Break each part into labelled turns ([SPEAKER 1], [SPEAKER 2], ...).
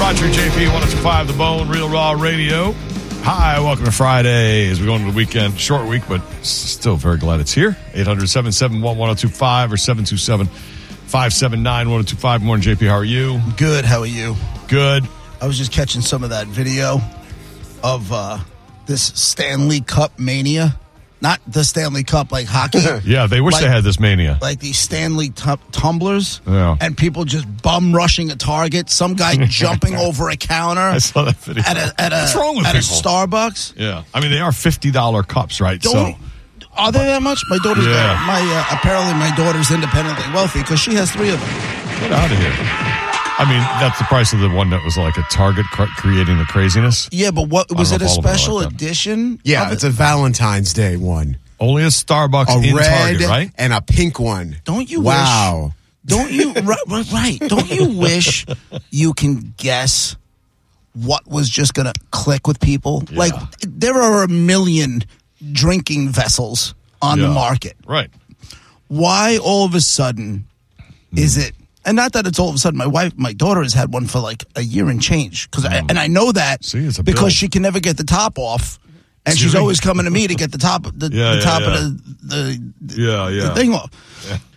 [SPEAKER 1] Roger JP 1025 The Bone, Real Raw Radio. Hi, welcome to Friday as we go into the weekend. Short week, but s- still very glad it's here. 800 771 1025 or 727 579 1025. Good oh morning, JP. How are you?
[SPEAKER 2] Good. How are you?
[SPEAKER 1] Good.
[SPEAKER 2] I was just catching some of that video of uh, this Stanley Cup mania. Not the Stanley Cup like hockey.
[SPEAKER 1] Yeah, they wish
[SPEAKER 2] Like-
[SPEAKER 1] they had this mania.
[SPEAKER 2] Like these Stanley tu- tumblers,
[SPEAKER 1] Yeah.
[SPEAKER 2] and people just bum rushing a target. Some guy jumping over a counter
[SPEAKER 1] I saw that video.
[SPEAKER 2] at a at a,
[SPEAKER 1] What's wrong with
[SPEAKER 2] at a
[SPEAKER 1] people?
[SPEAKER 2] Starbucks.
[SPEAKER 1] yeah. I mean, they are $50 cups, right?
[SPEAKER 2] Don't, are they that much? My daughter's
[SPEAKER 1] Yeah.
[SPEAKER 2] my uh, apparently my daughter's independently wealthy because she has three of them.
[SPEAKER 1] so get out of here. I mean, that's the price of the one that was like a Target cr- creating the craziness.
[SPEAKER 2] Yeah, but what
[SPEAKER 1] I
[SPEAKER 2] was
[SPEAKER 1] don't
[SPEAKER 2] it
[SPEAKER 1] know if all
[SPEAKER 2] a
[SPEAKER 1] of them are
[SPEAKER 2] special
[SPEAKER 1] like that.
[SPEAKER 2] edition?
[SPEAKER 3] Yeah,
[SPEAKER 2] of it?
[SPEAKER 3] it's a Valentine's Day one.
[SPEAKER 1] Only a Starbucks
[SPEAKER 3] A
[SPEAKER 1] in
[SPEAKER 3] red
[SPEAKER 1] Target, right?
[SPEAKER 3] and a pink one.
[SPEAKER 2] Don't you
[SPEAKER 3] Wow.
[SPEAKER 2] wish? Don't you right, right? Don't you wish you can guess what was just going to click with people? Like there are a million drinking vessels on the
[SPEAKER 1] Yeah.
[SPEAKER 2] market.
[SPEAKER 1] Right.
[SPEAKER 2] Why all of a sudden
[SPEAKER 1] Hmm.
[SPEAKER 2] is it? And not that it's all of a sudden. My wife, my daughter has had one for like a year and change. Because and I know that
[SPEAKER 1] Hmm. See, it's a
[SPEAKER 2] because
[SPEAKER 1] build.
[SPEAKER 2] she can never get the top off. And
[SPEAKER 1] Excuse
[SPEAKER 2] she's
[SPEAKER 1] me?
[SPEAKER 2] always coming to me to get the top, the,
[SPEAKER 1] Yeah,
[SPEAKER 2] the
[SPEAKER 1] yeah,
[SPEAKER 2] top
[SPEAKER 1] yeah.
[SPEAKER 2] of the, the, the
[SPEAKER 1] Yeah, yeah.
[SPEAKER 2] the thing off.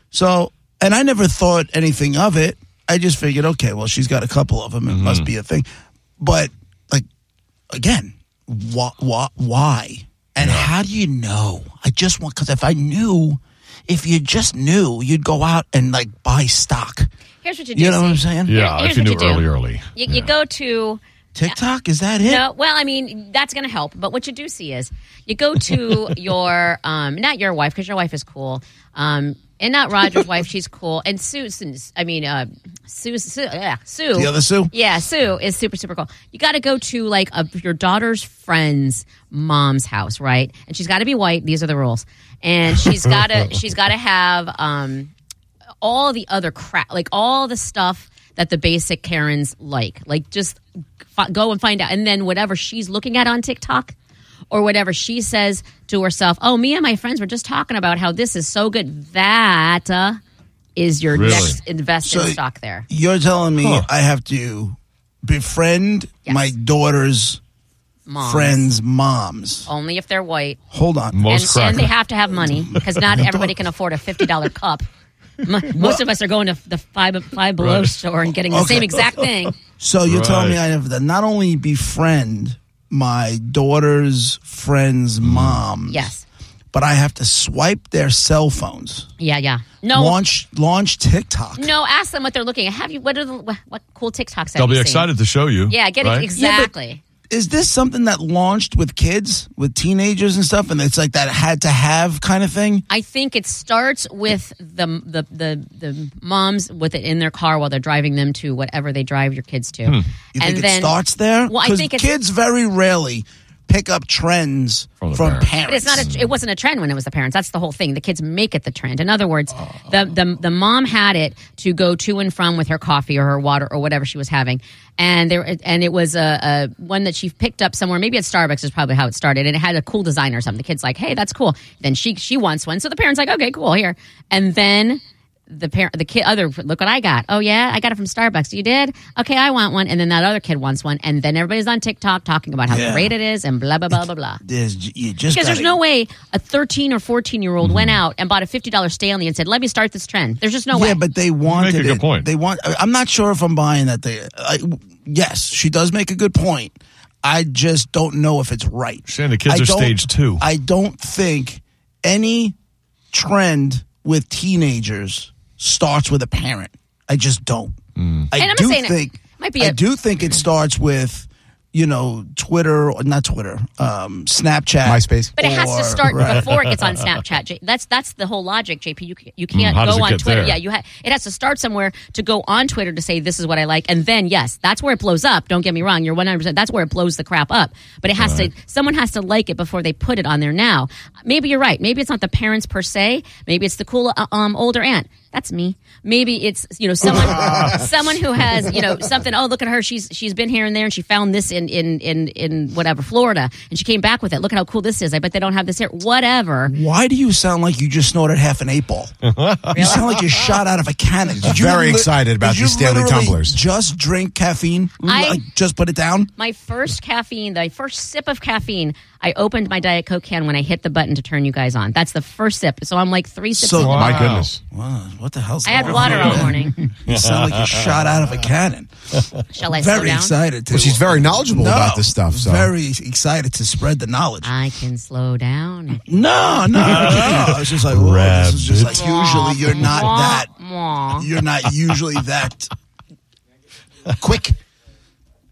[SPEAKER 2] So, and I never thought anything of it. I just figured, okay, well, she's got a couple of them. It must
[SPEAKER 1] Mm-hmm.
[SPEAKER 2] be a thing. But, like, again, why? Why? why? And how do you know? I just want, because if I knew, if you just knew, you'd go out and, like, buy stock.
[SPEAKER 4] Here's what you do.
[SPEAKER 2] You know what I'm
[SPEAKER 4] Steve.
[SPEAKER 2] saying?
[SPEAKER 1] Yeah, if
[SPEAKER 4] Here's
[SPEAKER 1] you
[SPEAKER 4] what
[SPEAKER 1] knew
[SPEAKER 4] you do.
[SPEAKER 1] early, early.
[SPEAKER 4] You, you go to
[SPEAKER 2] TikTok, is that it?
[SPEAKER 4] no. Well, I mean that's going to help. But what you do see is you go to your um, not your wife because your wife is cool, um, and not Roger's wife. She's cool, and Susan's. I mean, uh, Sue. Sue, yeah, Sue.
[SPEAKER 2] The other Sue?
[SPEAKER 4] Yeah, Sue is super super cool. You got to go to like a, your daughter's friend's mom's house, right? And she's got to be white. These are the rules. And she's got to she's got to have um, all the other crap, like all the stuff that the basic Karens like. Like just f- go and find out, and then whatever she's looking at on TikTok. Or whatever she says to herself. Oh, me and my friends were just talking about how this is so good. That uh, is your
[SPEAKER 1] Really?
[SPEAKER 4] next invest in
[SPEAKER 2] So-
[SPEAKER 4] stock there.
[SPEAKER 2] You're telling me I have to befriend
[SPEAKER 4] Yes.
[SPEAKER 2] my daughter's
[SPEAKER 4] Mom.
[SPEAKER 2] friends' moms.
[SPEAKER 4] Only if they're white.
[SPEAKER 2] Hold on.
[SPEAKER 1] Most
[SPEAKER 4] and,
[SPEAKER 1] crackers.
[SPEAKER 4] and they have to have money because not everybody can afford a fifty dollar cup. Mo- Most of us are going to the five five below
[SPEAKER 1] Right.
[SPEAKER 4] store and getting the
[SPEAKER 2] Okay.
[SPEAKER 4] same exact thing.
[SPEAKER 2] So you're telling me
[SPEAKER 1] Right.
[SPEAKER 2] I have to not only befriend my daughter's friend's
[SPEAKER 1] Mm-hmm.
[SPEAKER 2] mom,
[SPEAKER 4] Yes.
[SPEAKER 2] but I have to swipe their cell phones,
[SPEAKER 4] Yeah. Yeah. No.
[SPEAKER 2] launch launch TikTok.
[SPEAKER 4] No. Ask them what they're looking at. Have you? What are the what, what cool TikToks? Have
[SPEAKER 1] They'll be
[SPEAKER 4] you seen?
[SPEAKER 1] excited to show you.
[SPEAKER 4] Yeah. Get it
[SPEAKER 1] right?
[SPEAKER 4] exactly.
[SPEAKER 2] Is this something that launched with kids, with teenagers and stuff, and it's like that had to have kind of thing?
[SPEAKER 4] I think it starts with the, the the the moms with it in their car while they're driving them to whatever they drive your kids to,
[SPEAKER 1] Hmm.
[SPEAKER 2] You think it starts there?
[SPEAKER 4] Well, I
[SPEAKER 2] 'Cause
[SPEAKER 4] think it's-
[SPEAKER 2] kids very rarely pick up trends
[SPEAKER 1] From
[SPEAKER 2] from,
[SPEAKER 1] the parents.
[SPEAKER 4] But it's
[SPEAKER 2] parents.
[SPEAKER 4] not. A, it wasn't a trend when it was the parents. That's the whole thing. The kids make it the trend. In other words, the, the the mom had it to go to and from with her coffee or her water or whatever she was having, and there and it was a, a one that she picked up somewhere. Maybe at Starbucks is probably how it started. And it had a cool design or something. The kid's like, "Hey, that's cool." Then she she wants one, so the parents like, "Okay, cool, here." And then the parent, the kid, other, look what I got. Oh yeah, I got it from Starbucks. You did? Okay, I want one. And then that other kid wants one. And then everybody's on TikTok talking about how
[SPEAKER 2] Yeah.
[SPEAKER 4] great it is and blah blah blah blah blah.
[SPEAKER 2] There's, you just
[SPEAKER 4] Because there's
[SPEAKER 2] gotta-
[SPEAKER 4] no way a 13 or 14 year old went out and bought a $50 Stanley and said, let me start this trend. There's just no way.
[SPEAKER 2] Mm-hmm. Yeah, but they wanted
[SPEAKER 1] make a good
[SPEAKER 2] it.
[SPEAKER 1] point.
[SPEAKER 2] They want. I- I'm not sure if I'm buying that. They. I, yes, she does make a good point. I just don't know if it's right.
[SPEAKER 1] Saying the kids
[SPEAKER 2] I
[SPEAKER 1] are
[SPEAKER 2] don't-
[SPEAKER 1] stage two.
[SPEAKER 2] I don't think any trend with teenagers starts with a parent. I just don't. I
[SPEAKER 1] Mm.
[SPEAKER 4] And I'm not
[SPEAKER 2] do
[SPEAKER 4] saying it
[SPEAKER 2] think.
[SPEAKER 4] might be
[SPEAKER 2] I
[SPEAKER 4] a-
[SPEAKER 2] do think it starts with. you know, Twitter, or not Twitter, um, Snapchat,
[SPEAKER 3] MySpace.
[SPEAKER 4] But it has
[SPEAKER 2] or-
[SPEAKER 4] to start
[SPEAKER 2] right.
[SPEAKER 4] before it gets on Snapchat. J- That's that's the whole logic, JP. You c- you can't
[SPEAKER 1] Mm, how does
[SPEAKER 4] go
[SPEAKER 1] it
[SPEAKER 4] on
[SPEAKER 1] get
[SPEAKER 4] Twitter.
[SPEAKER 1] there?
[SPEAKER 4] Yeah, you ha- it has to start somewhere to go on Twitter to say this is what I like, and then yes, that's where it blows up. Don't get me wrong. You're 100. percent That's where it blows the crap up. But it has to. Someone has to like it before they put it on there. Now, maybe you're right. Maybe it's not the parents per se. Maybe it's the cool uh, um, older aunt. That's me. Maybe it's you know someone someone who has you know something. Oh, look at her. She's she's been here and there, and she found this in in in in whatever Florida, and she came back with it. Look at how cool this is. I bet they don't have this here. Whatever.
[SPEAKER 2] Why do you sound like you just snorted half an eight ball? You sound like you shot out of a cannon. Did you
[SPEAKER 3] Very excited about
[SPEAKER 2] did you
[SPEAKER 3] these Stanley
[SPEAKER 2] literally
[SPEAKER 3] tumblers.
[SPEAKER 2] Just drink caffeine.
[SPEAKER 4] I-
[SPEAKER 2] like, just put it down.
[SPEAKER 4] My first caffeine, the first sip of caffeine, I opened my Diet Coke can when I hit the button to turn you guys on. That's the first sip. So I'm like three sips.
[SPEAKER 2] So-
[SPEAKER 4] in.
[SPEAKER 2] My
[SPEAKER 1] goodness.
[SPEAKER 2] Wow, what the hell's
[SPEAKER 4] I had
[SPEAKER 2] going
[SPEAKER 4] water
[SPEAKER 2] on,
[SPEAKER 4] all
[SPEAKER 2] man?
[SPEAKER 4] morning.
[SPEAKER 2] You sound like you shot out of a cannon.
[SPEAKER 4] Shall I slow
[SPEAKER 2] Very
[SPEAKER 4] down?
[SPEAKER 2] excited. To,
[SPEAKER 3] Well, she's very knowledgeable
[SPEAKER 2] No,
[SPEAKER 3] about this stuff. So
[SPEAKER 2] Very excited to spread the knowledge.
[SPEAKER 4] I can slow down.
[SPEAKER 2] No, no, no. I was just like, whoa, this is just like usually you're not that.
[SPEAKER 4] Mwah.
[SPEAKER 2] You're not usually that quick.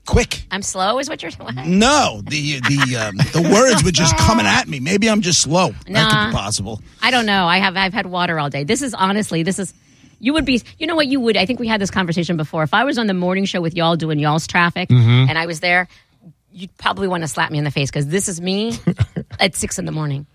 [SPEAKER 2] Quick.
[SPEAKER 4] I'm slow, is what you're saying?
[SPEAKER 2] No, the the um, the words were just coming at me. Maybe I'm just slow. That could
[SPEAKER 4] Nah.
[SPEAKER 2] be possible.
[SPEAKER 4] I don't know. I have I've had water all day. This is honestly, this is you would be you know what you would I think we had this conversation before. If I was on the morning show with y'all doing y'all's traffic and I was there, you'd probably want to slap me in the face because this is me at six in the morning.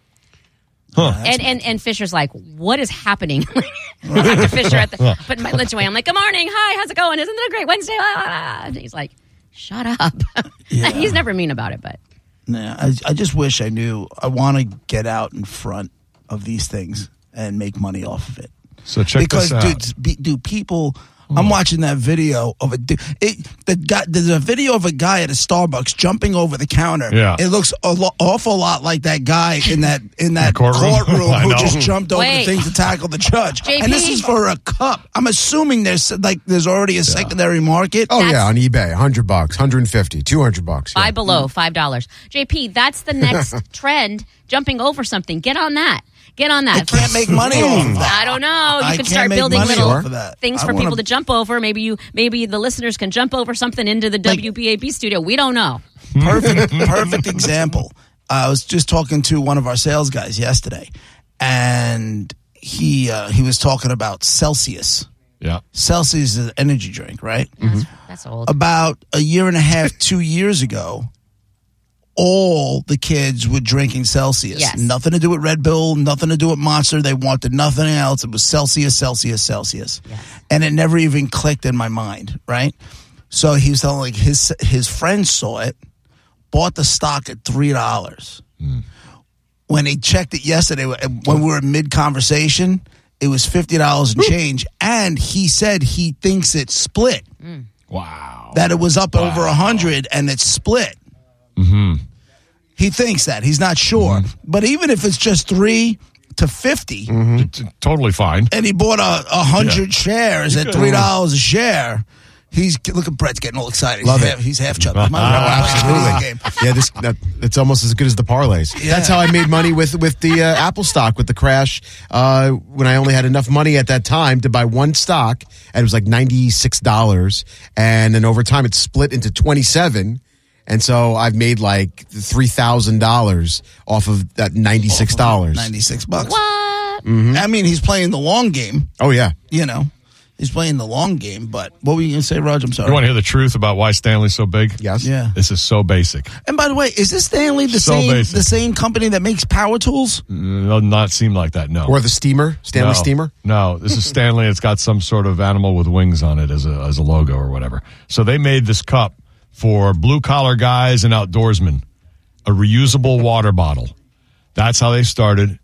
[SPEAKER 4] And, and and Fisher's like, what is happening? I talked to Fisher at the putting my lunch away. I'm like, good morning, hi, how's it going? Isn't it a great Wednesday? Blah, blah, blah. And he's like, shut up. he's never mean about it, but
[SPEAKER 2] Nah, I, I just wish I knew. I want to get out in front of these things and make money off of it.
[SPEAKER 1] So check
[SPEAKER 2] because
[SPEAKER 1] this out. Hmm.
[SPEAKER 2] dudes, be, do people? I'm watching that video of a dude. It, the guy, there's a video of a guy at a Starbucks jumping over the counter.
[SPEAKER 1] Yeah.
[SPEAKER 2] it looks a lo- awful lot like that guy in that in that
[SPEAKER 1] courtroom?
[SPEAKER 2] courtroom,
[SPEAKER 1] I
[SPEAKER 2] who
[SPEAKER 1] know.
[SPEAKER 2] just jumped over
[SPEAKER 4] Wait.
[SPEAKER 2] the thing to tackle the judge.
[SPEAKER 4] JP.
[SPEAKER 2] And this is for a cup. I'm assuming there's like there's already a secondary market.
[SPEAKER 3] Oh
[SPEAKER 4] That's-
[SPEAKER 3] yeah, on eBay, 100 bucks, 150, 200 bucks. yeah.
[SPEAKER 4] Buy below
[SPEAKER 2] Mm.
[SPEAKER 4] five dollars. JP, that's the next trend. Jumping over something. Get on that. Get on that.
[SPEAKER 2] I can't make money off
[SPEAKER 1] Hmm.
[SPEAKER 2] of that.
[SPEAKER 4] I don't know. Oh, You
[SPEAKER 2] I
[SPEAKER 4] can
[SPEAKER 2] can't
[SPEAKER 4] start
[SPEAKER 2] make
[SPEAKER 4] building
[SPEAKER 2] money
[SPEAKER 4] little
[SPEAKER 2] off of that.
[SPEAKER 4] things
[SPEAKER 2] I
[SPEAKER 4] for
[SPEAKER 2] wanna-
[SPEAKER 4] people to jump over. Maybe you, maybe the listeners can jump over something into the WBAB studio. We don't know.
[SPEAKER 2] perfect perfect example. I was just talking to one of our sales guys yesterday, and he uh, he was talking about Celsius.
[SPEAKER 1] Yeah.
[SPEAKER 2] Celsius is an energy drink, right?
[SPEAKER 4] That's old.
[SPEAKER 2] About a year and a half, two years ago, all the kids were drinking Celsius.
[SPEAKER 4] Yes.
[SPEAKER 2] Nothing to do with Red Bull, nothing to do with Monster. They wanted nothing else. It was Celsius, Celsius, Celsius. And it never even clicked in my mind, right? So he was telling like his his friends saw it, bought the stock at three dollars. When he checked it yesterday, when we were mid conversation, it was fifty dollars and change. And he said he thinks it split
[SPEAKER 1] Wow.
[SPEAKER 2] that it was up over a hundred and it's split. He thinks that he's not sure,
[SPEAKER 3] Mm-hmm.
[SPEAKER 2] but even if it's just three to 50
[SPEAKER 1] T- t- totally fine.
[SPEAKER 2] and he bought a, a hundred shares at
[SPEAKER 1] could-
[SPEAKER 2] three dollars a share, he's look at Brett's getting all excited.
[SPEAKER 3] Love
[SPEAKER 2] he's
[SPEAKER 3] it.
[SPEAKER 2] Half, he's half chucked. Might as well
[SPEAKER 3] Oh,
[SPEAKER 2] play this video
[SPEAKER 3] absolutely.
[SPEAKER 2] game.
[SPEAKER 3] yeah, this that, it's almost as good as the parlays. That's how I made money with with the uh, Apple stock with the crash uh, when I only had enough money at that time to buy one stock and it was like ninety six dollars, and then over time it split into twenty seven. And so I've made like three thousand dollars off of that ninety six dollars. Mm-hmm.
[SPEAKER 2] Ninety-six bucks.
[SPEAKER 4] What?
[SPEAKER 2] I mean, he's playing the long game.
[SPEAKER 3] Oh yeah,
[SPEAKER 2] You know, he's playing the long game. But what were you going to say, Roger? I'm sorry.
[SPEAKER 1] You want to hear the truth about why Stanley's so big?
[SPEAKER 3] yes,
[SPEAKER 2] yeah.
[SPEAKER 1] This is so basic.
[SPEAKER 2] And by the way, is this Stanley the
[SPEAKER 1] So
[SPEAKER 2] same
[SPEAKER 1] basic.
[SPEAKER 2] the same company that makes power tools?
[SPEAKER 3] Mm.
[SPEAKER 1] It does not seem like that, no.
[SPEAKER 3] Or the steamer, Stanley
[SPEAKER 1] no.
[SPEAKER 3] steamer.
[SPEAKER 1] No, this is Stanley. It's got some sort of animal with wings on it as a, as a logo or whatever. So they made this cup for blue collar guys and outdoorsmen, a reusable water bottle. That's how they started.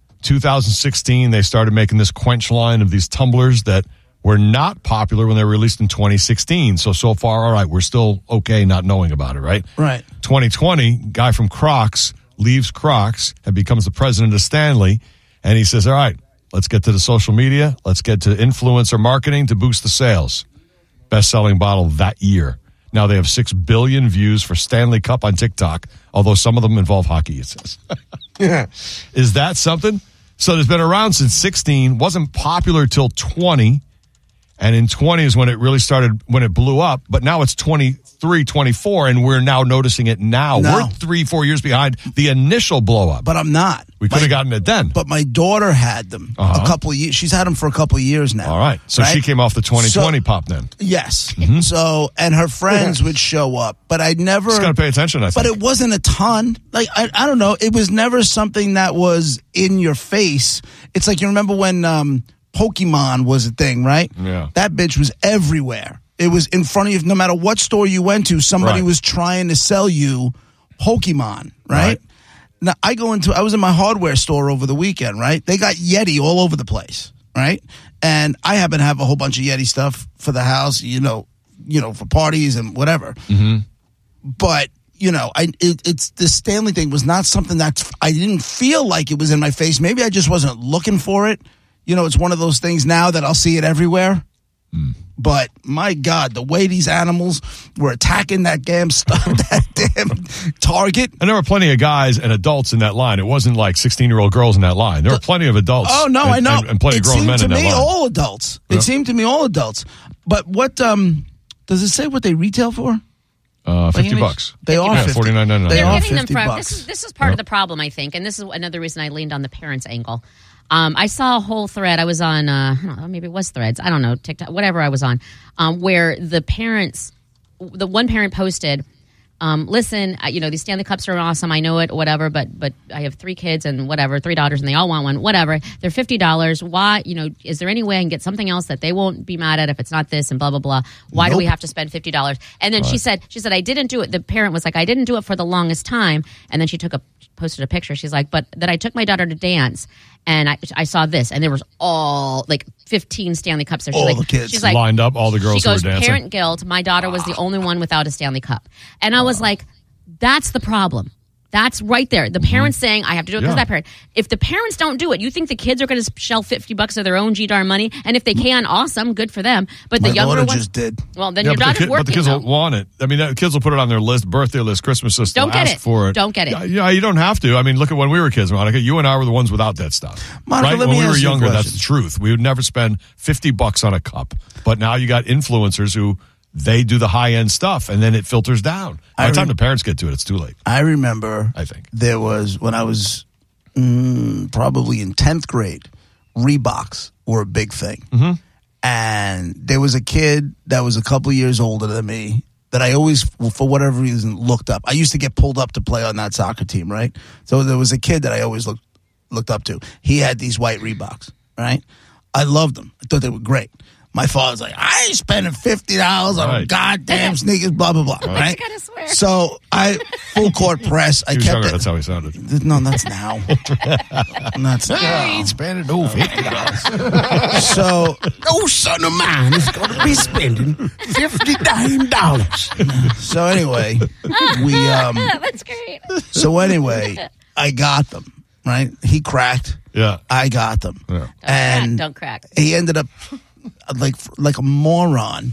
[SPEAKER 1] 2016, they started making this quench line of these tumblers that were not popular when they were released in 2016. So, so far, all right, we're still okay not knowing about it, right?
[SPEAKER 2] Right.
[SPEAKER 1] 2020, guy from Crocs leaves Crocs and becomes the president of Stanley. And he says, All right, let's get to the social media. Let's get to influencer marketing to boost the sales. Best selling bottle that year. Now they have 6 billion views for Stanley Cup on TikTok, although some of them involve hockey, it says. Is that something? So it's been around since 16, wasn't popular till 20, And in 20 is when it really started, when it blew up. But now it's 23, 24, and we're now noticing it now.
[SPEAKER 2] No.
[SPEAKER 1] We're three, four years behind the initial blow up.
[SPEAKER 2] but I'm not.
[SPEAKER 1] we could
[SPEAKER 2] My-
[SPEAKER 1] have gotten it then.
[SPEAKER 2] But my daughter had them a couple of years. She's had them for a couple of years now.
[SPEAKER 1] Uh-huh. All right. So she
[SPEAKER 2] right?
[SPEAKER 1] came off the 2020
[SPEAKER 2] So-
[SPEAKER 1] pop then.
[SPEAKER 2] Yes. So and her friends would show up, but I never.
[SPEAKER 1] Just got to pay attention, I
[SPEAKER 2] But
[SPEAKER 1] think.
[SPEAKER 2] it wasn't a ton. Like I, I don't know. It was never something that was in your face. It's like you remember when um, Pokemon was a thing, right?
[SPEAKER 1] Yeah.
[SPEAKER 2] That bitch was everywhere. It was in front of you. No matter what store you went to, somebody
[SPEAKER 1] Right.
[SPEAKER 2] was trying to sell you Pokemon,
[SPEAKER 1] Right.
[SPEAKER 2] right? Now I go into. I was in my hardware store over the weekend, right? They got Yeti all over the place, right? And I happen to have a whole bunch of Yeti stuff for the house, you know, you know, for parties and whatever but you know, I it, it's the Stanley thing was not something that I didn't feel like it was in my face. Maybe I just wasn't looking for it. You know, it's one of those things now that I'll see it everywhere. But my God, the way these animals were attacking that damn stuff, that damn target.
[SPEAKER 1] and there were plenty of guys and adults in that line. It wasn't like 16 year old girls in that line. There were plenty of adults.
[SPEAKER 2] Oh no,
[SPEAKER 1] and,
[SPEAKER 2] I know.
[SPEAKER 1] And, and plenty
[SPEAKER 2] it
[SPEAKER 1] of grown
[SPEAKER 2] seemed
[SPEAKER 1] men
[SPEAKER 2] to
[SPEAKER 1] in that
[SPEAKER 2] me
[SPEAKER 1] line.
[SPEAKER 2] all adults. It seemed to me all adults. But what um does it say what they retail for?
[SPEAKER 1] uh, 50
[SPEAKER 2] Like,
[SPEAKER 1] bucks.
[SPEAKER 2] They are
[SPEAKER 1] yeah,
[SPEAKER 2] 50.
[SPEAKER 1] 49.99.
[SPEAKER 2] They
[SPEAKER 4] They're
[SPEAKER 2] are
[SPEAKER 4] giving them
[SPEAKER 2] 50
[SPEAKER 4] from
[SPEAKER 2] bucks.
[SPEAKER 4] This is, this is part of the problem, I think, and this is another reason I leaned on the parents' angle. Um, I saw a whole thread. I was on, uh, I don't know, maybe it was Threads. I don't know TikTok, whatever I was on, um, where the parents, the one parent posted, um, "Listen, uh, you know these Stanley Cups are awesome. I know it, whatever. But but I have three kids and whatever, three daughters, and they all want one. Whatever. They're fifty dollars. Why? You know, is there any way I can get something else that they won't be mad at if it's not this and blah blah blah? Why do we have to spend fifty dollars? And then she said, she said, I didn't do it. The parent was like, I didn't do it for the longest time. And then she took a posted a picture. She's like, but then I took my daughter to dance. And I, I saw this, and there was all like fifteen Stanley Cups there. She's
[SPEAKER 2] All
[SPEAKER 4] like,
[SPEAKER 2] the kids.
[SPEAKER 4] she's like,
[SPEAKER 1] lined up all the girls
[SPEAKER 4] she goes,
[SPEAKER 1] who were dancing.
[SPEAKER 4] parent guilt. My daughter was the only one without a Stanley Cup. And I was like, that's the problem. That's right there. The parents saying, I have to do it because
[SPEAKER 1] Mm-hmm. Yeah.
[SPEAKER 4] that parent. If the parents don't do it, you think the kids are going to shell 50 bucks of their own G darn money? And if they can, awesome, good for them. But the
[SPEAKER 2] My
[SPEAKER 4] younger
[SPEAKER 2] daughter
[SPEAKER 4] ones.
[SPEAKER 2] just did.
[SPEAKER 4] Well, then
[SPEAKER 1] Yeah, but,
[SPEAKER 4] your
[SPEAKER 1] the
[SPEAKER 4] daughter's
[SPEAKER 1] kid- but
[SPEAKER 4] working.
[SPEAKER 1] the kids
[SPEAKER 4] though.
[SPEAKER 1] will want it. I mean, the kids will put it on their list, birthday list, Christmas list.
[SPEAKER 4] Don't
[SPEAKER 1] They'll
[SPEAKER 4] get
[SPEAKER 1] ask
[SPEAKER 4] it.
[SPEAKER 1] for it.
[SPEAKER 4] Don't get it.
[SPEAKER 1] Yeah, Yeah, you don't have to. I mean, look at when we were kids, Monica. You and I were the ones without that stuff.
[SPEAKER 2] Monica,
[SPEAKER 1] right?
[SPEAKER 2] let
[SPEAKER 1] when
[SPEAKER 2] me
[SPEAKER 1] we were
[SPEAKER 2] ask you a
[SPEAKER 1] younger, that's
[SPEAKER 2] question.
[SPEAKER 1] the truth. We would never spend fifty bucks on a cup. But now you got influencers who they do the high end stuff, and then it filters down. By the time the parents get to it, it's too late.
[SPEAKER 2] I remember.
[SPEAKER 1] I think.
[SPEAKER 2] there was when I was mm, probably in tenth grade. Reeboks were a big thing,
[SPEAKER 1] Mm-hmm.
[SPEAKER 2] and there was a kid that was a couple years older than me that I always, for whatever reason, looked up. I used to get pulled up to play on that soccer team, right? So there was a kid that I always looked looked up to. He had these white Reeboks, right? I loved them. I thought they were great. My father's like, I ain't spending fifty dollars on
[SPEAKER 1] Right.
[SPEAKER 2] goddamn sneakers, blah blah blah. Right?
[SPEAKER 4] gotta swear.
[SPEAKER 2] So I full court press. I
[SPEAKER 1] He was
[SPEAKER 2] kept
[SPEAKER 1] younger.
[SPEAKER 2] it.
[SPEAKER 1] That's how he sounded.
[SPEAKER 2] Th- No, that's now. that's now.
[SPEAKER 3] spending over fifty dollars.
[SPEAKER 2] So
[SPEAKER 3] No son of mine is going to be spending fifty nine dollars.
[SPEAKER 2] so anyway, we um.
[SPEAKER 4] That's great.
[SPEAKER 2] So anyway, I got them. Right? He cracked.
[SPEAKER 1] Yeah.
[SPEAKER 2] I got them.
[SPEAKER 1] Yeah.
[SPEAKER 2] And
[SPEAKER 4] don't crack.
[SPEAKER 2] he ended up like like a moron.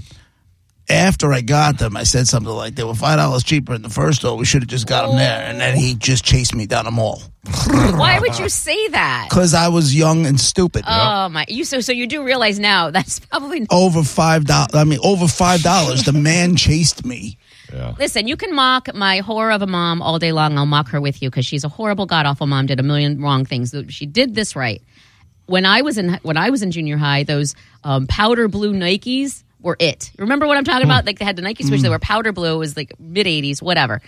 [SPEAKER 2] After I got them, I said something like, "They were five dollars cheaper in the first store. We should have just got them there." And then he just chased me down a mall
[SPEAKER 4] Why would you say that?
[SPEAKER 2] because I was young and stupid.
[SPEAKER 4] Oh my! You so so you do realize now that's probably
[SPEAKER 2] over five dollars. I mean, over five dollars. the man chased me.
[SPEAKER 1] Yeah.
[SPEAKER 4] Listen, you can mock my horror of a mom all day long. I'll mock her with you because she's a horrible, god awful mom. Did a million wrong things. She did this right. When I was in when I was in junior high, those um, powder blue Nikes were it. Remember what I'm talking
[SPEAKER 1] Hmm.
[SPEAKER 4] about? Like they had the Nike switch. They were powder blue. It was like mid '80s, whatever.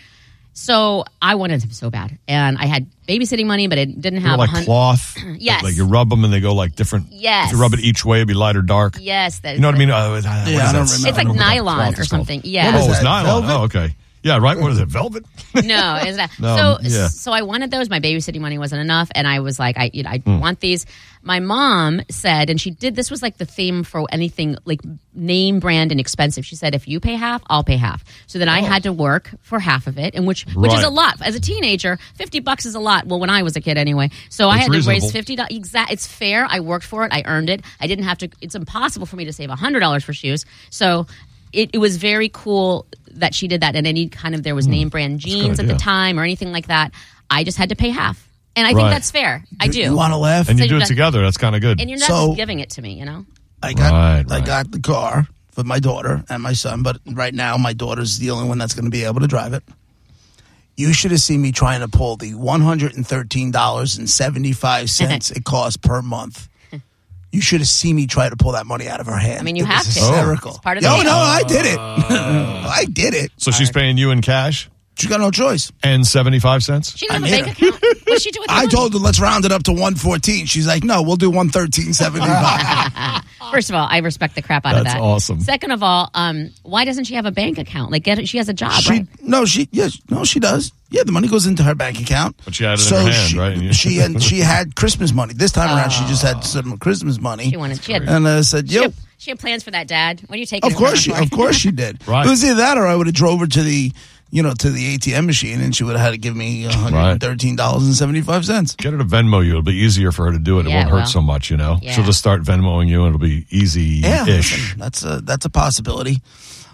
[SPEAKER 4] So I wanted them so bad, and I had babysitting money, but it didn't
[SPEAKER 1] They were
[SPEAKER 4] have a
[SPEAKER 1] like
[SPEAKER 4] hun-
[SPEAKER 1] cloth.
[SPEAKER 4] Yes.
[SPEAKER 1] Like you rub them and they go like different.
[SPEAKER 4] Yes.
[SPEAKER 1] If you rub it each way, it'd be light or dark.
[SPEAKER 4] Yes, that
[SPEAKER 1] You know what I mean? Uh, what is
[SPEAKER 2] I
[SPEAKER 1] that?
[SPEAKER 2] don't remember.
[SPEAKER 4] It's like
[SPEAKER 1] I don't know what that
[SPEAKER 4] nylon
[SPEAKER 1] cloth
[SPEAKER 4] or
[SPEAKER 1] is called.
[SPEAKER 4] something. Yeah. What
[SPEAKER 1] Oh,
[SPEAKER 4] is
[SPEAKER 1] it was
[SPEAKER 2] that,
[SPEAKER 1] nylon.
[SPEAKER 2] velvet?
[SPEAKER 1] Oh, okay. Yeah, right. What is it? Velvet?
[SPEAKER 4] No, it's not.
[SPEAKER 1] No,
[SPEAKER 4] so
[SPEAKER 1] yeah.
[SPEAKER 4] so I wanted those. My babysitting money wasn't enough, and I was like, I you know, I
[SPEAKER 1] Hmm.
[SPEAKER 4] want these. My mom said, and she did. This was like the theme for anything like name brand and expensive. She said, if you pay half, I'll pay half. So then I had to work for half of it, and which which is
[SPEAKER 1] Oh. Right.
[SPEAKER 4] a lot as a teenager. Fifty bucks is a lot. Well, when I was a kid, anyway. So I
[SPEAKER 1] It's
[SPEAKER 4] had to
[SPEAKER 1] reasonable.
[SPEAKER 4] raise fifty dollars. Exact. It's fair. I worked for it. I earned it. I didn't have to. It's impossible for me to save hundred dollars for shoes. So. It, it was very cool that she did that, and any kind of there
[SPEAKER 1] Hmm.
[SPEAKER 4] was name brand jeans at the
[SPEAKER 1] idea.
[SPEAKER 4] time or anything like that. I just had to pay half, and I
[SPEAKER 1] Right.
[SPEAKER 4] think that's fair. I do,
[SPEAKER 2] You want to laugh?
[SPEAKER 1] And
[SPEAKER 4] So
[SPEAKER 1] you do
[SPEAKER 4] you're
[SPEAKER 1] it
[SPEAKER 4] not-
[SPEAKER 1] together. That's kind of good.
[SPEAKER 4] and you're not
[SPEAKER 2] So-
[SPEAKER 4] just giving it to me, you know.
[SPEAKER 2] I got
[SPEAKER 1] Right,
[SPEAKER 2] I
[SPEAKER 1] right.
[SPEAKER 2] got the car for my daughter and my son, but right now my daughter's the only one that's going to be able to drive it. You should have seen me trying to pull the one hundred and thirteen dollars and seventy five cents it costs per month. You should have seen me try to pull that money out of her hand.
[SPEAKER 4] I mean, you
[SPEAKER 2] It
[SPEAKER 4] have
[SPEAKER 2] was
[SPEAKER 4] to.
[SPEAKER 2] Hysterical.
[SPEAKER 4] It's part of the
[SPEAKER 2] Yo,
[SPEAKER 4] game.
[SPEAKER 2] no, I did it.
[SPEAKER 1] Oh.
[SPEAKER 2] I did it.
[SPEAKER 1] So she's paying you in cash
[SPEAKER 2] She got no choice.
[SPEAKER 1] and 75 cents?
[SPEAKER 4] She doesn't
[SPEAKER 2] I
[SPEAKER 4] have a
[SPEAKER 2] made
[SPEAKER 4] bank account. What'd she do with the
[SPEAKER 2] I
[SPEAKER 4] money?
[SPEAKER 2] told her let's round it up to one fourteen. She's like, no, we'll do one thirteen seventy five.
[SPEAKER 4] First of all, I respect the crap out of
[SPEAKER 1] That's
[SPEAKER 4] that.
[SPEAKER 1] awesome.
[SPEAKER 4] Second of all, um, why doesn't she have a bank account? Like, get she has a
[SPEAKER 1] Ah,
[SPEAKER 4] job,
[SPEAKER 2] She
[SPEAKER 4] right?
[SPEAKER 2] no, she yes, no, she does. Yeah, the money goes into her bank account.
[SPEAKER 1] But she had it in her hand,
[SPEAKER 2] she,
[SPEAKER 1] right? And you- Ah.
[SPEAKER 2] She had, she had Christmas money this time around. She just had some Christmas money.
[SPEAKER 4] She wanted- she had-
[SPEAKER 2] and I said,
[SPEAKER 4] She
[SPEAKER 2] "Yep,
[SPEAKER 4] had, she had plans for that, Dad. What are you taking?
[SPEAKER 2] of
[SPEAKER 4] it
[SPEAKER 2] course
[SPEAKER 4] from
[SPEAKER 2] she,
[SPEAKER 4] her for?
[SPEAKER 2] of course she did."
[SPEAKER 1] Right.
[SPEAKER 2] It was either that, or I would have drove her to the, you know, to the ATM machine, and she would have had to give me one hundred thirteen dollars and seventy five cents.
[SPEAKER 1] Get her to Venmo you. It'll be easier for her to do it. it
[SPEAKER 4] Yeah,
[SPEAKER 1] won't hurt
[SPEAKER 4] well.
[SPEAKER 1] so much, you know?
[SPEAKER 4] Yeah.
[SPEAKER 1] She'll just start Venmoing you and it'll be easy
[SPEAKER 2] Yeah,
[SPEAKER 1] ish.
[SPEAKER 2] listen, that's a that's a possibility.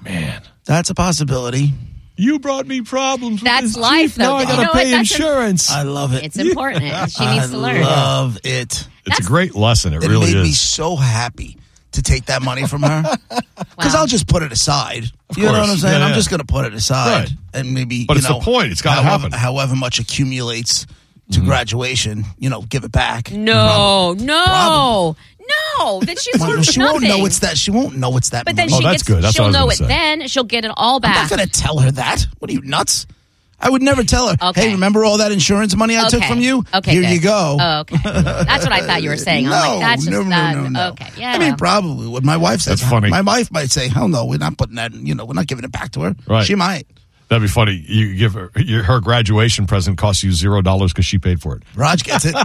[SPEAKER 1] Man.
[SPEAKER 2] That's a possibility.
[SPEAKER 1] You brought me problems. with
[SPEAKER 4] That's
[SPEAKER 1] this tooth.
[SPEAKER 4] life, though.
[SPEAKER 1] Now I
[SPEAKER 4] You
[SPEAKER 1] got
[SPEAKER 4] know
[SPEAKER 1] to
[SPEAKER 4] what?
[SPEAKER 1] pay
[SPEAKER 4] That's a-
[SPEAKER 1] insurance.
[SPEAKER 2] I love it.
[SPEAKER 4] It's important. she
[SPEAKER 2] I
[SPEAKER 4] needs to learn.
[SPEAKER 2] love it.
[SPEAKER 1] it's a great lesson. It,
[SPEAKER 2] It
[SPEAKER 1] really
[SPEAKER 2] made me
[SPEAKER 1] is.
[SPEAKER 2] so happy to take that money from her because
[SPEAKER 4] Wow.
[SPEAKER 2] I'll just put it aside. you know
[SPEAKER 1] course.
[SPEAKER 2] what I'm saying?
[SPEAKER 1] Yeah,
[SPEAKER 2] I'm
[SPEAKER 1] yeah.
[SPEAKER 2] just going to put it aside
[SPEAKER 1] Right.
[SPEAKER 2] and maybe.
[SPEAKER 1] But
[SPEAKER 2] you
[SPEAKER 1] it's the
[SPEAKER 2] know,
[SPEAKER 1] point. It's gotta
[SPEAKER 2] however,
[SPEAKER 1] happen. Mm-hmm.
[SPEAKER 2] However much accumulates to graduation, you know, give it back.
[SPEAKER 4] No, no, no. Then she's
[SPEAKER 2] Well,
[SPEAKER 4] worth
[SPEAKER 2] she
[SPEAKER 4] nothing.
[SPEAKER 2] won't know it's that. Oh, She won't know it's that.
[SPEAKER 4] But then
[SPEAKER 2] money.
[SPEAKER 4] she
[SPEAKER 1] that's
[SPEAKER 4] gets.
[SPEAKER 1] good. That's what I
[SPEAKER 4] she'll
[SPEAKER 1] was
[SPEAKER 4] know
[SPEAKER 1] gonna
[SPEAKER 4] it.
[SPEAKER 1] say.
[SPEAKER 4] Then she'll get it all
[SPEAKER 2] I'm not
[SPEAKER 4] back.
[SPEAKER 2] going to tell her that. What are you nuts? I would never tell her.
[SPEAKER 4] Okay.
[SPEAKER 2] Hey, remember all that insurance money I took
[SPEAKER 4] Okay.
[SPEAKER 2] from you?
[SPEAKER 4] Okay,
[SPEAKER 2] here
[SPEAKER 4] good.
[SPEAKER 2] you go.
[SPEAKER 4] Oh, okay. That's what I thought you were saying.
[SPEAKER 2] No,
[SPEAKER 4] I'm like, that's just
[SPEAKER 2] no, no,
[SPEAKER 4] that.
[SPEAKER 2] no, no.
[SPEAKER 4] Okay, yeah.
[SPEAKER 2] I mean, probably would. My wife says
[SPEAKER 1] That's funny.
[SPEAKER 2] My wife might say, "Hell no, we're not putting that. in- You know, we're not giving it back to her."
[SPEAKER 1] Right.
[SPEAKER 2] She might.
[SPEAKER 1] That'd be funny. You give her your, her graduation present costs you zero dollars because she paid for it.
[SPEAKER 2] Raj gets it.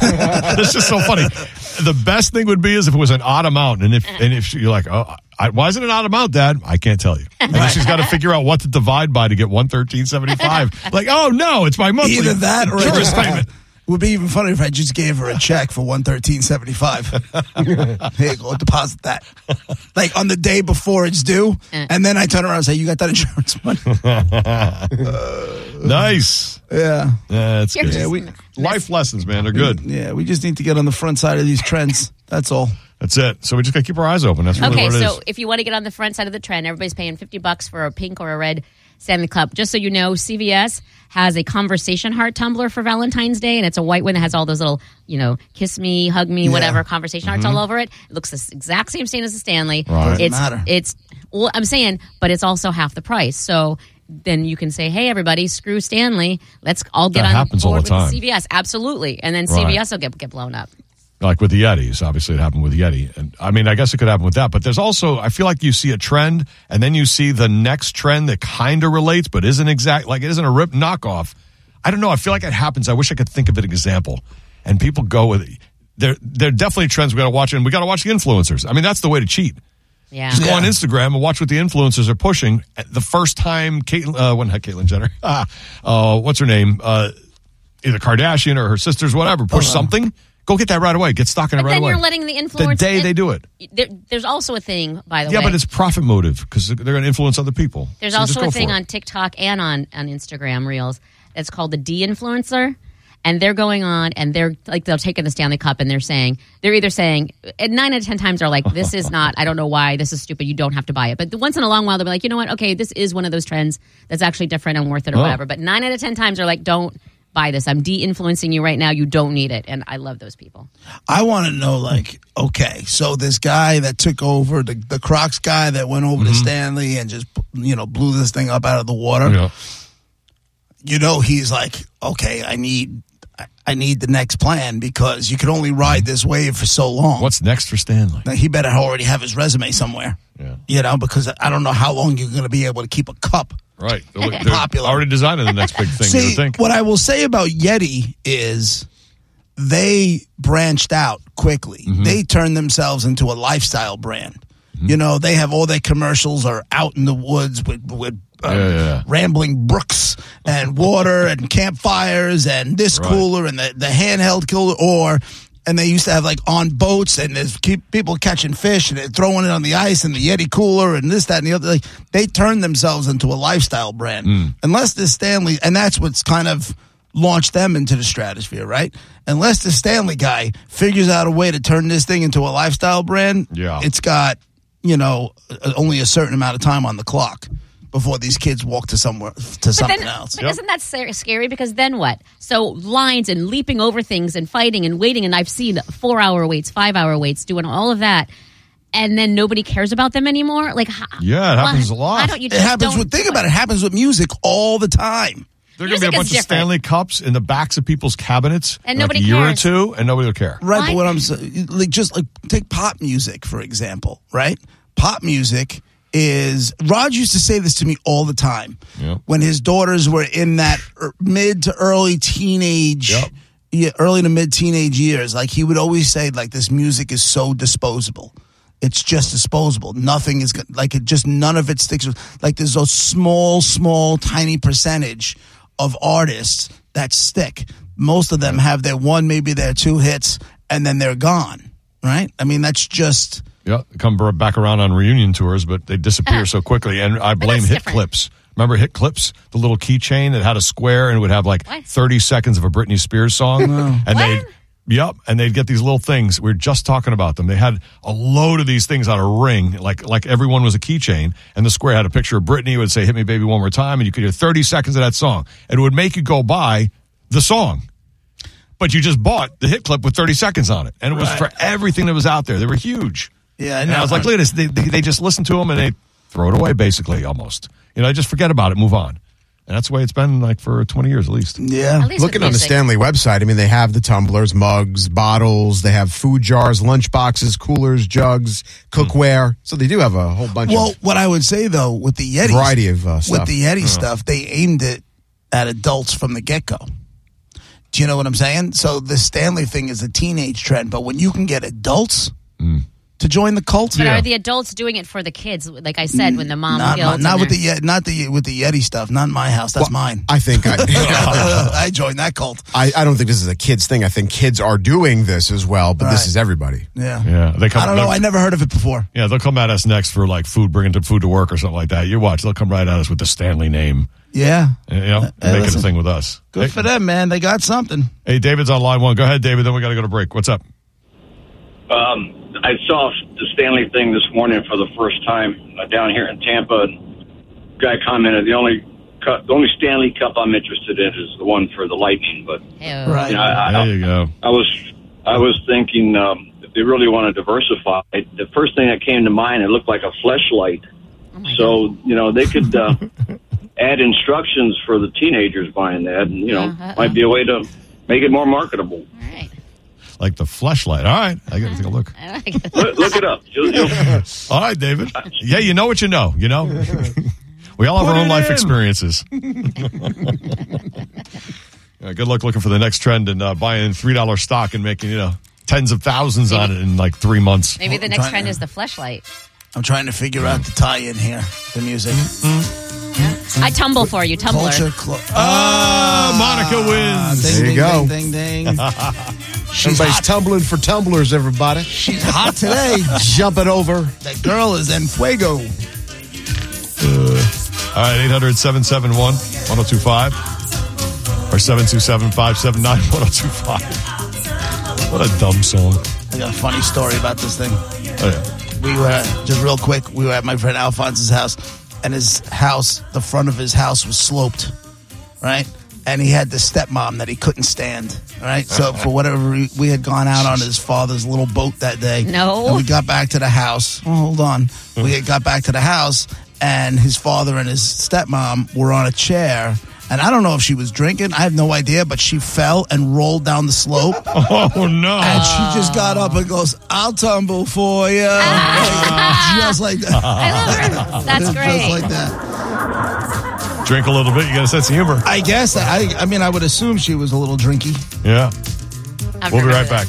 [SPEAKER 1] That's just so funny. The best thing would be is if it was an odd amount, and if and if you're like, oh, I, why is it an odd amount, Dad? I can't tell you. And then she's got to figure out what to divide by to get one thirteen seventy five. Like, oh no, it's my monthly
[SPEAKER 2] Either that or I
[SPEAKER 1] insurance
[SPEAKER 2] just-
[SPEAKER 1] payment.
[SPEAKER 2] Would be even funnier if I just gave her a check for one thirteen seventy five. Here you go, deposit that. Like on the day before it's due,
[SPEAKER 4] Eh.
[SPEAKER 2] and then I turn around and say, "You got that insurance money?"
[SPEAKER 1] Nice.
[SPEAKER 2] yeah,
[SPEAKER 1] Yeah, that's
[SPEAKER 4] You're
[SPEAKER 1] good.
[SPEAKER 4] just-
[SPEAKER 1] Yeah, we- life lessons, man. They're good.
[SPEAKER 2] yeah. We just need to get on the front side of these trends. That's all.
[SPEAKER 1] That's it. So we just got to keep our eyes open. That's really
[SPEAKER 4] Okay,
[SPEAKER 1] what it is.
[SPEAKER 4] so if you want to get on the front side of the trend, everybody's paying 50 bucks for a pink or a red Stanley Cup. Just so you know, CVS has a conversation heart tumbler for Valentine's Day, and it's a white one that has all those little, you know, kiss me, hug me, whatever conversation hearts all over it. It looks the s- exact same stain as the Stanley.
[SPEAKER 1] Mm-hmm. Right. Doesn't
[SPEAKER 4] it's,
[SPEAKER 2] matter.
[SPEAKER 4] It's, well, I'm saying, but it's also half the price. So then you can say, hey, everybody, screw Stanley. Let's all get
[SPEAKER 1] That
[SPEAKER 4] on
[SPEAKER 1] happens all
[SPEAKER 4] board
[SPEAKER 1] the time.
[SPEAKER 4] with CVS. Absolutely. And then
[SPEAKER 1] Right.
[SPEAKER 4] CVS will get, get blown up.
[SPEAKER 1] like with the Yetis. Obviously, it happened with Yeti, and I mean, I guess it could happen with that. But there's also, I feel like you see a trend, and then you see the next trend that kind of relates, but isn't exact. Like it isn't a rip knockoff. I don't know. I feel like it happens. I wish I could think of an example. And people go with it. There, there are definitely trends we got to watch, and we got to watch the influencers. I mean, that's the way to cheat.
[SPEAKER 4] Yeah.
[SPEAKER 1] Just go on Instagram and watch what the influencers are pushing. The first time Caitlyn, uh, when not Caitlyn Jenner, Ah, uh, what's her name, uh, either Kardashian or her sisters, whatever, push something, go get that right away. Get stock in it
[SPEAKER 4] Uh-huh. But
[SPEAKER 1] right
[SPEAKER 4] then
[SPEAKER 1] away.
[SPEAKER 4] you're letting the influence
[SPEAKER 1] the day
[SPEAKER 4] in-
[SPEAKER 1] they do it.
[SPEAKER 4] There, there's also a thing, by the
[SPEAKER 1] Yeah,
[SPEAKER 4] way.
[SPEAKER 1] but it's profit motive because they're going to influence other people.
[SPEAKER 4] There's
[SPEAKER 1] So just
[SPEAKER 4] also a
[SPEAKER 1] go for
[SPEAKER 4] thing
[SPEAKER 1] it.
[SPEAKER 4] on TikTok and on, on Instagram Reels that's called the de-influencer, and they're going on and they're like they'll take in the Stanley Cup and they're saying they're either saying and nine out of ten times are like this is not I don't know why this is stupid you don't have to buy it but the- once in a long while they'll be like you know what okay this is one of those trends that's actually different and worth it or
[SPEAKER 1] Oh.
[SPEAKER 4] whatever but nine out of ten times are like don't buy this I'm de-influencing you right now you don't need it and I love those people
[SPEAKER 2] I want to know, like, okay, so this guy that took over the, the Crocs guy that went over
[SPEAKER 1] Mm-hmm.
[SPEAKER 2] to Stanley and just you know blew this thing up out of the water.
[SPEAKER 1] Yeah.
[SPEAKER 2] You know, he's like, okay, I need, I- I need the next plan because you can only ride this wave for so long.
[SPEAKER 1] What's next for Stanley?
[SPEAKER 2] Now, he better already have his resume somewhere.
[SPEAKER 1] Yeah.
[SPEAKER 2] You know, because I don't know how long you're going to be able to keep a cup.
[SPEAKER 1] Right. They're, they're
[SPEAKER 2] Popular.
[SPEAKER 1] already designing the next big thing, you would
[SPEAKER 2] See,
[SPEAKER 1] think.
[SPEAKER 2] what I will say about Yeti is they branched out quickly.
[SPEAKER 1] Mm-hmm.
[SPEAKER 2] They turned themselves into a lifestyle brand. You know, they have all their commercials are out in the woods with with uh,
[SPEAKER 1] Yeah, yeah.
[SPEAKER 2] rambling brooks and water and campfires and this
[SPEAKER 1] Right.
[SPEAKER 2] cooler and the, the handheld cooler or and they used to have like on boats and there's keep people catching fish and they're throwing it on the ice and the Yeti cooler and this that and the other like they turned themselves into a lifestyle brand unless this Stanley and that's what's kind of launch them into the stratosphere, right? Unless the Stanley guy figures out a way to turn this thing into a lifestyle brand,
[SPEAKER 1] Yeah.
[SPEAKER 2] it's got you know uh, only a certain amount of time on the clock before these kids walk to somewhere to something
[SPEAKER 4] then,
[SPEAKER 2] else.
[SPEAKER 4] But isn't that sa- scary? Because then what? So lines and leaping over things and fighting and waiting, and I've seen four hour waits, five hour waits, doing all of that, and then nobody cares about them anymore. Like, h-
[SPEAKER 1] Yeah, it
[SPEAKER 4] why-
[SPEAKER 1] happens a lot.
[SPEAKER 4] Why don't you?
[SPEAKER 2] It
[SPEAKER 4] Just
[SPEAKER 2] happens
[SPEAKER 4] don't
[SPEAKER 2] with think
[SPEAKER 4] do
[SPEAKER 2] about it, it happens with music all the time.
[SPEAKER 1] There are going to be a
[SPEAKER 4] Music is
[SPEAKER 1] bunch of
[SPEAKER 4] different.
[SPEAKER 1] Stanley Cups in the backs of people's cabinets
[SPEAKER 4] And
[SPEAKER 1] in like
[SPEAKER 4] nobody
[SPEAKER 1] a year
[SPEAKER 4] cares.
[SPEAKER 1] or two, and nobody will care.
[SPEAKER 2] Right,
[SPEAKER 4] Why-
[SPEAKER 2] but what I'm saying, like, just like take pop music for example, right? Pop music is Raj used to say this to me all the time
[SPEAKER 1] Yeah.
[SPEAKER 2] when his daughters were in that er, mid to early teenage.
[SPEAKER 1] Yep.
[SPEAKER 2] Yeah, early to mid teenage years, like he would always say, like this music is so disposable. It's just disposable. Nothing is go- like it. Just none of it sticks. with- Like there's a small, small, tiny percentage of artists that stick. Most of them have their one, maybe their two hits, and then they're gone. Right? I mean, that's just
[SPEAKER 1] Yeah, come br- back around on reunion tours, but they disappear so quickly. And I blame
[SPEAKER 4] Ah. that's
[SPEAKER 1] hit
[SPEAKER 4] different.
[SPEAKER 1] clips. Remember hit clips, the little keychain that had a square and would have like
[SPEAKER 4] What?
[SPEAKER 1] thirty seconds of a Britney Spears song, and they.
[SPEAKER 4] What?
[SPEAKER 1] Yep, and they'd get these little things. We were just talking about them. They had a load of these things on a ring, like like everyone was a keychain, and the square had a picture of Britney. It would say "Hit Me, Baby, One More Time," and you could hear thirty seconds of that song, and it would make you go buy the song. But you just bought the hit clip with thirty seconds on it, and it was for everything that was out there. They were huge.
[SPEAKER 2] Yeah, I
[SPEAKER 1] and
[SPEAKER 2] know.
[SPEAKER 1] I was like, look at this. They, they, they just listen to them and they throw it away, basically, almost. You know, just forget about it, move on. And that's the way it's been like for 20 years at least.
[SPEAKER 2] yeah.
[SPEAKER 4] At least
[SPEAKER 3] Looking
[SPEAKER 4] with
[SPEAKER 3] on the
[SPEAKER 4] music.
[SPEAKER 3] Stanley website, I mean, they have the tumblers, mugs, bottles. They have food jars, lunch boxes, coolers, jugs, cookware. So they do have a whole bunch
[SPEAKER 2] Well,
[SPEAKER 3] of.
[SPEAKER 2] what I would say though, with the Yeti,
[SPEAKER 3] Variety of, uh,
[SPEAKER 2] with
[SPEAKER 3] stuff.
[SPEAKER 2] the Yeti stuff, they aimed it at adults from the get go. Do you know what I'm saying? So the Stanley thing is a teenage trend, but when you can get adults to join the cult,
[SPEAKER 4] But are the adults doing it for the kids? Like I said, when the mom
[SPEAKER 2] not,
[SPEAKER 4] guilt
[SPEAKER 2] not, not
[SPEAKER 4] and
[SPEAKER 2] with the
[SPEAKER 4] their-
[SPEAKER 2] Ye- not the with the Yeti stuff, not in my house. That's mine.
[SPEAKER 3] I think I,
[SPEAKER 2] I joined that cult.
[SPEAKER 3] I, I don't think this is a kids thing. I think kids are doing this as well, but
[SPEAKER 2] Right.
[SPEAKER 3] this is everybody.
[SPEAKER 2] Yeah,
[SPEAKER 1] Yeah. They come,
[SPEAKER 2] I don't know.
[SPEAKER 1] they'll-
[SPEAKER 2] I never heard of it before.
[SPEAKER 1] yeah, they'll come at us next for like food, bringing to food to work or something like that. You watch, they'll come right at us with the Stanley name.
[SPEAKER 2] Yeah,
[SPEAKER 1] You know,
[SPEAKER 2] hey,
[SPEAKER 1] make it
[SPEAKER 2] listen.
[SPEAKER 1] a thing with us.
[SPEAKER 2] good
[SPEAKER 1] hey,
[SPEAKER 2] for them, man. They got something.
[SPEAKER 1] hey, David's on line one. Go ahead, David. Then we got to go to break. What's up?
[SPEAKER 5] Um, I saw the Stanley thing this morning for the first time uh, down here in Tampa. Guy commented the only cup, the only Stanley Cup I'm interested in is the one for the Lightning. But
[SPEAKER 4] Ew.
[SPEAKER 2] Right.
[SPEAKER 5] you know, I,
[SPEAKER 1] There
[SPEAKER 5] I,
[SPEAKER 1] you go.
[SPEAKER 5] I was I was thinking um, if they really want to diversify, the first thing that came to mind it looked like a fleshlight. so you know they could uh, add instructions for the teenagers buying that, and you know
[SPEAKER 4] Uh-uh.
[SPEAKER 5] might be a way to make it more marketable.
[SPEAKER 4] All right.
[SPEAKER 1] Like the flashlight. All right. I got to take a look.
[SPEAKER 4] I like it.
[SPEAKER 5] Look, look it up. You'll- you'll-
[SPEAKER 1] All right, David. Yeah, you know what you know, you know? we all have Put our it own life in. experiences. Yeah, good luck looking for the next trend and uh, buying $3 stock and making, you know, tens of thousands on it in like three months.
[SPEAKER 4] Maybe the next trend is the fleshlight.
[SPEAKER 2] I'm trying to figure out the tie in here. The music,
[SPEAKER 4] I tumble for you, Tumblr.
[SPEAKER 2] culture, clo-
[SPEAKER 1] Ah, Monica wins.
[SPEAKER 2] Uh, Ding,
[SPEAKER 3] There you
[SPEAKER 2] ding,
[SPEAKER 3] go.
[SPEAKER 2] Ding, ding, ding. She's
[SPEAKER 3] Everybody's
[SPEAKER 2] hot.
[SPEAKER 3] tumbling for tumblers, everybody.
[SPEAKER 2] She's hot today.
[SPEAKER 3] Jumping over.
[SPEAKER 2] that girl is en fuego.
[SPEAKER 1] All right, 800 771 1025 or 727 579 1025. What a dumb song.
[SPEAKER 2] I got a funny story about this thing.
[SPEAKER 1] Oh, yeah.
[SPEAKER 2] We were just real quick. We were at my friend Alphonse's house, and his house, the front of his house, was sloped, right? And he had this stepmom that he couldn't stand, right? So for whatever re- we had gone out on his father's little boat that day.
[SPEAKER 4] No.
[SPEAKER 2] And we got back to the house. Oh, hold on. We had got back to the house, and his father and his stepmom were on a chair. And I don't know if she was drinking. I have no idea, but she fell and rolled down the slope.
[SPEAKER 1] Oh, no.
[SPEAKER 2] And she
[SPEAKER 4] Ah.
[SPEAKER 2] just got up and goes, I'll tumble for you. just like that.
[SPEAKER 4] I love her. Ah. That's
[SPEAKER 2] just
[SPEAKER 4] great.
[SPEAKER 2] like that.
[SPEAKER 1] Drink a little bit. You got a sense of humor.
[SPEAKER 2] I guess. I, I mean, I would assume she was a little drinky.
[SPEAKER 1] Yeah.
[SPEAKER 4] I've
[SPEAKER 1] We'll be
[SPEAKER 4] never
[SPEAKER 1] right
[SPEAKER 4] heard
[SPEAKER 1] back.
[SPEAKER 4] of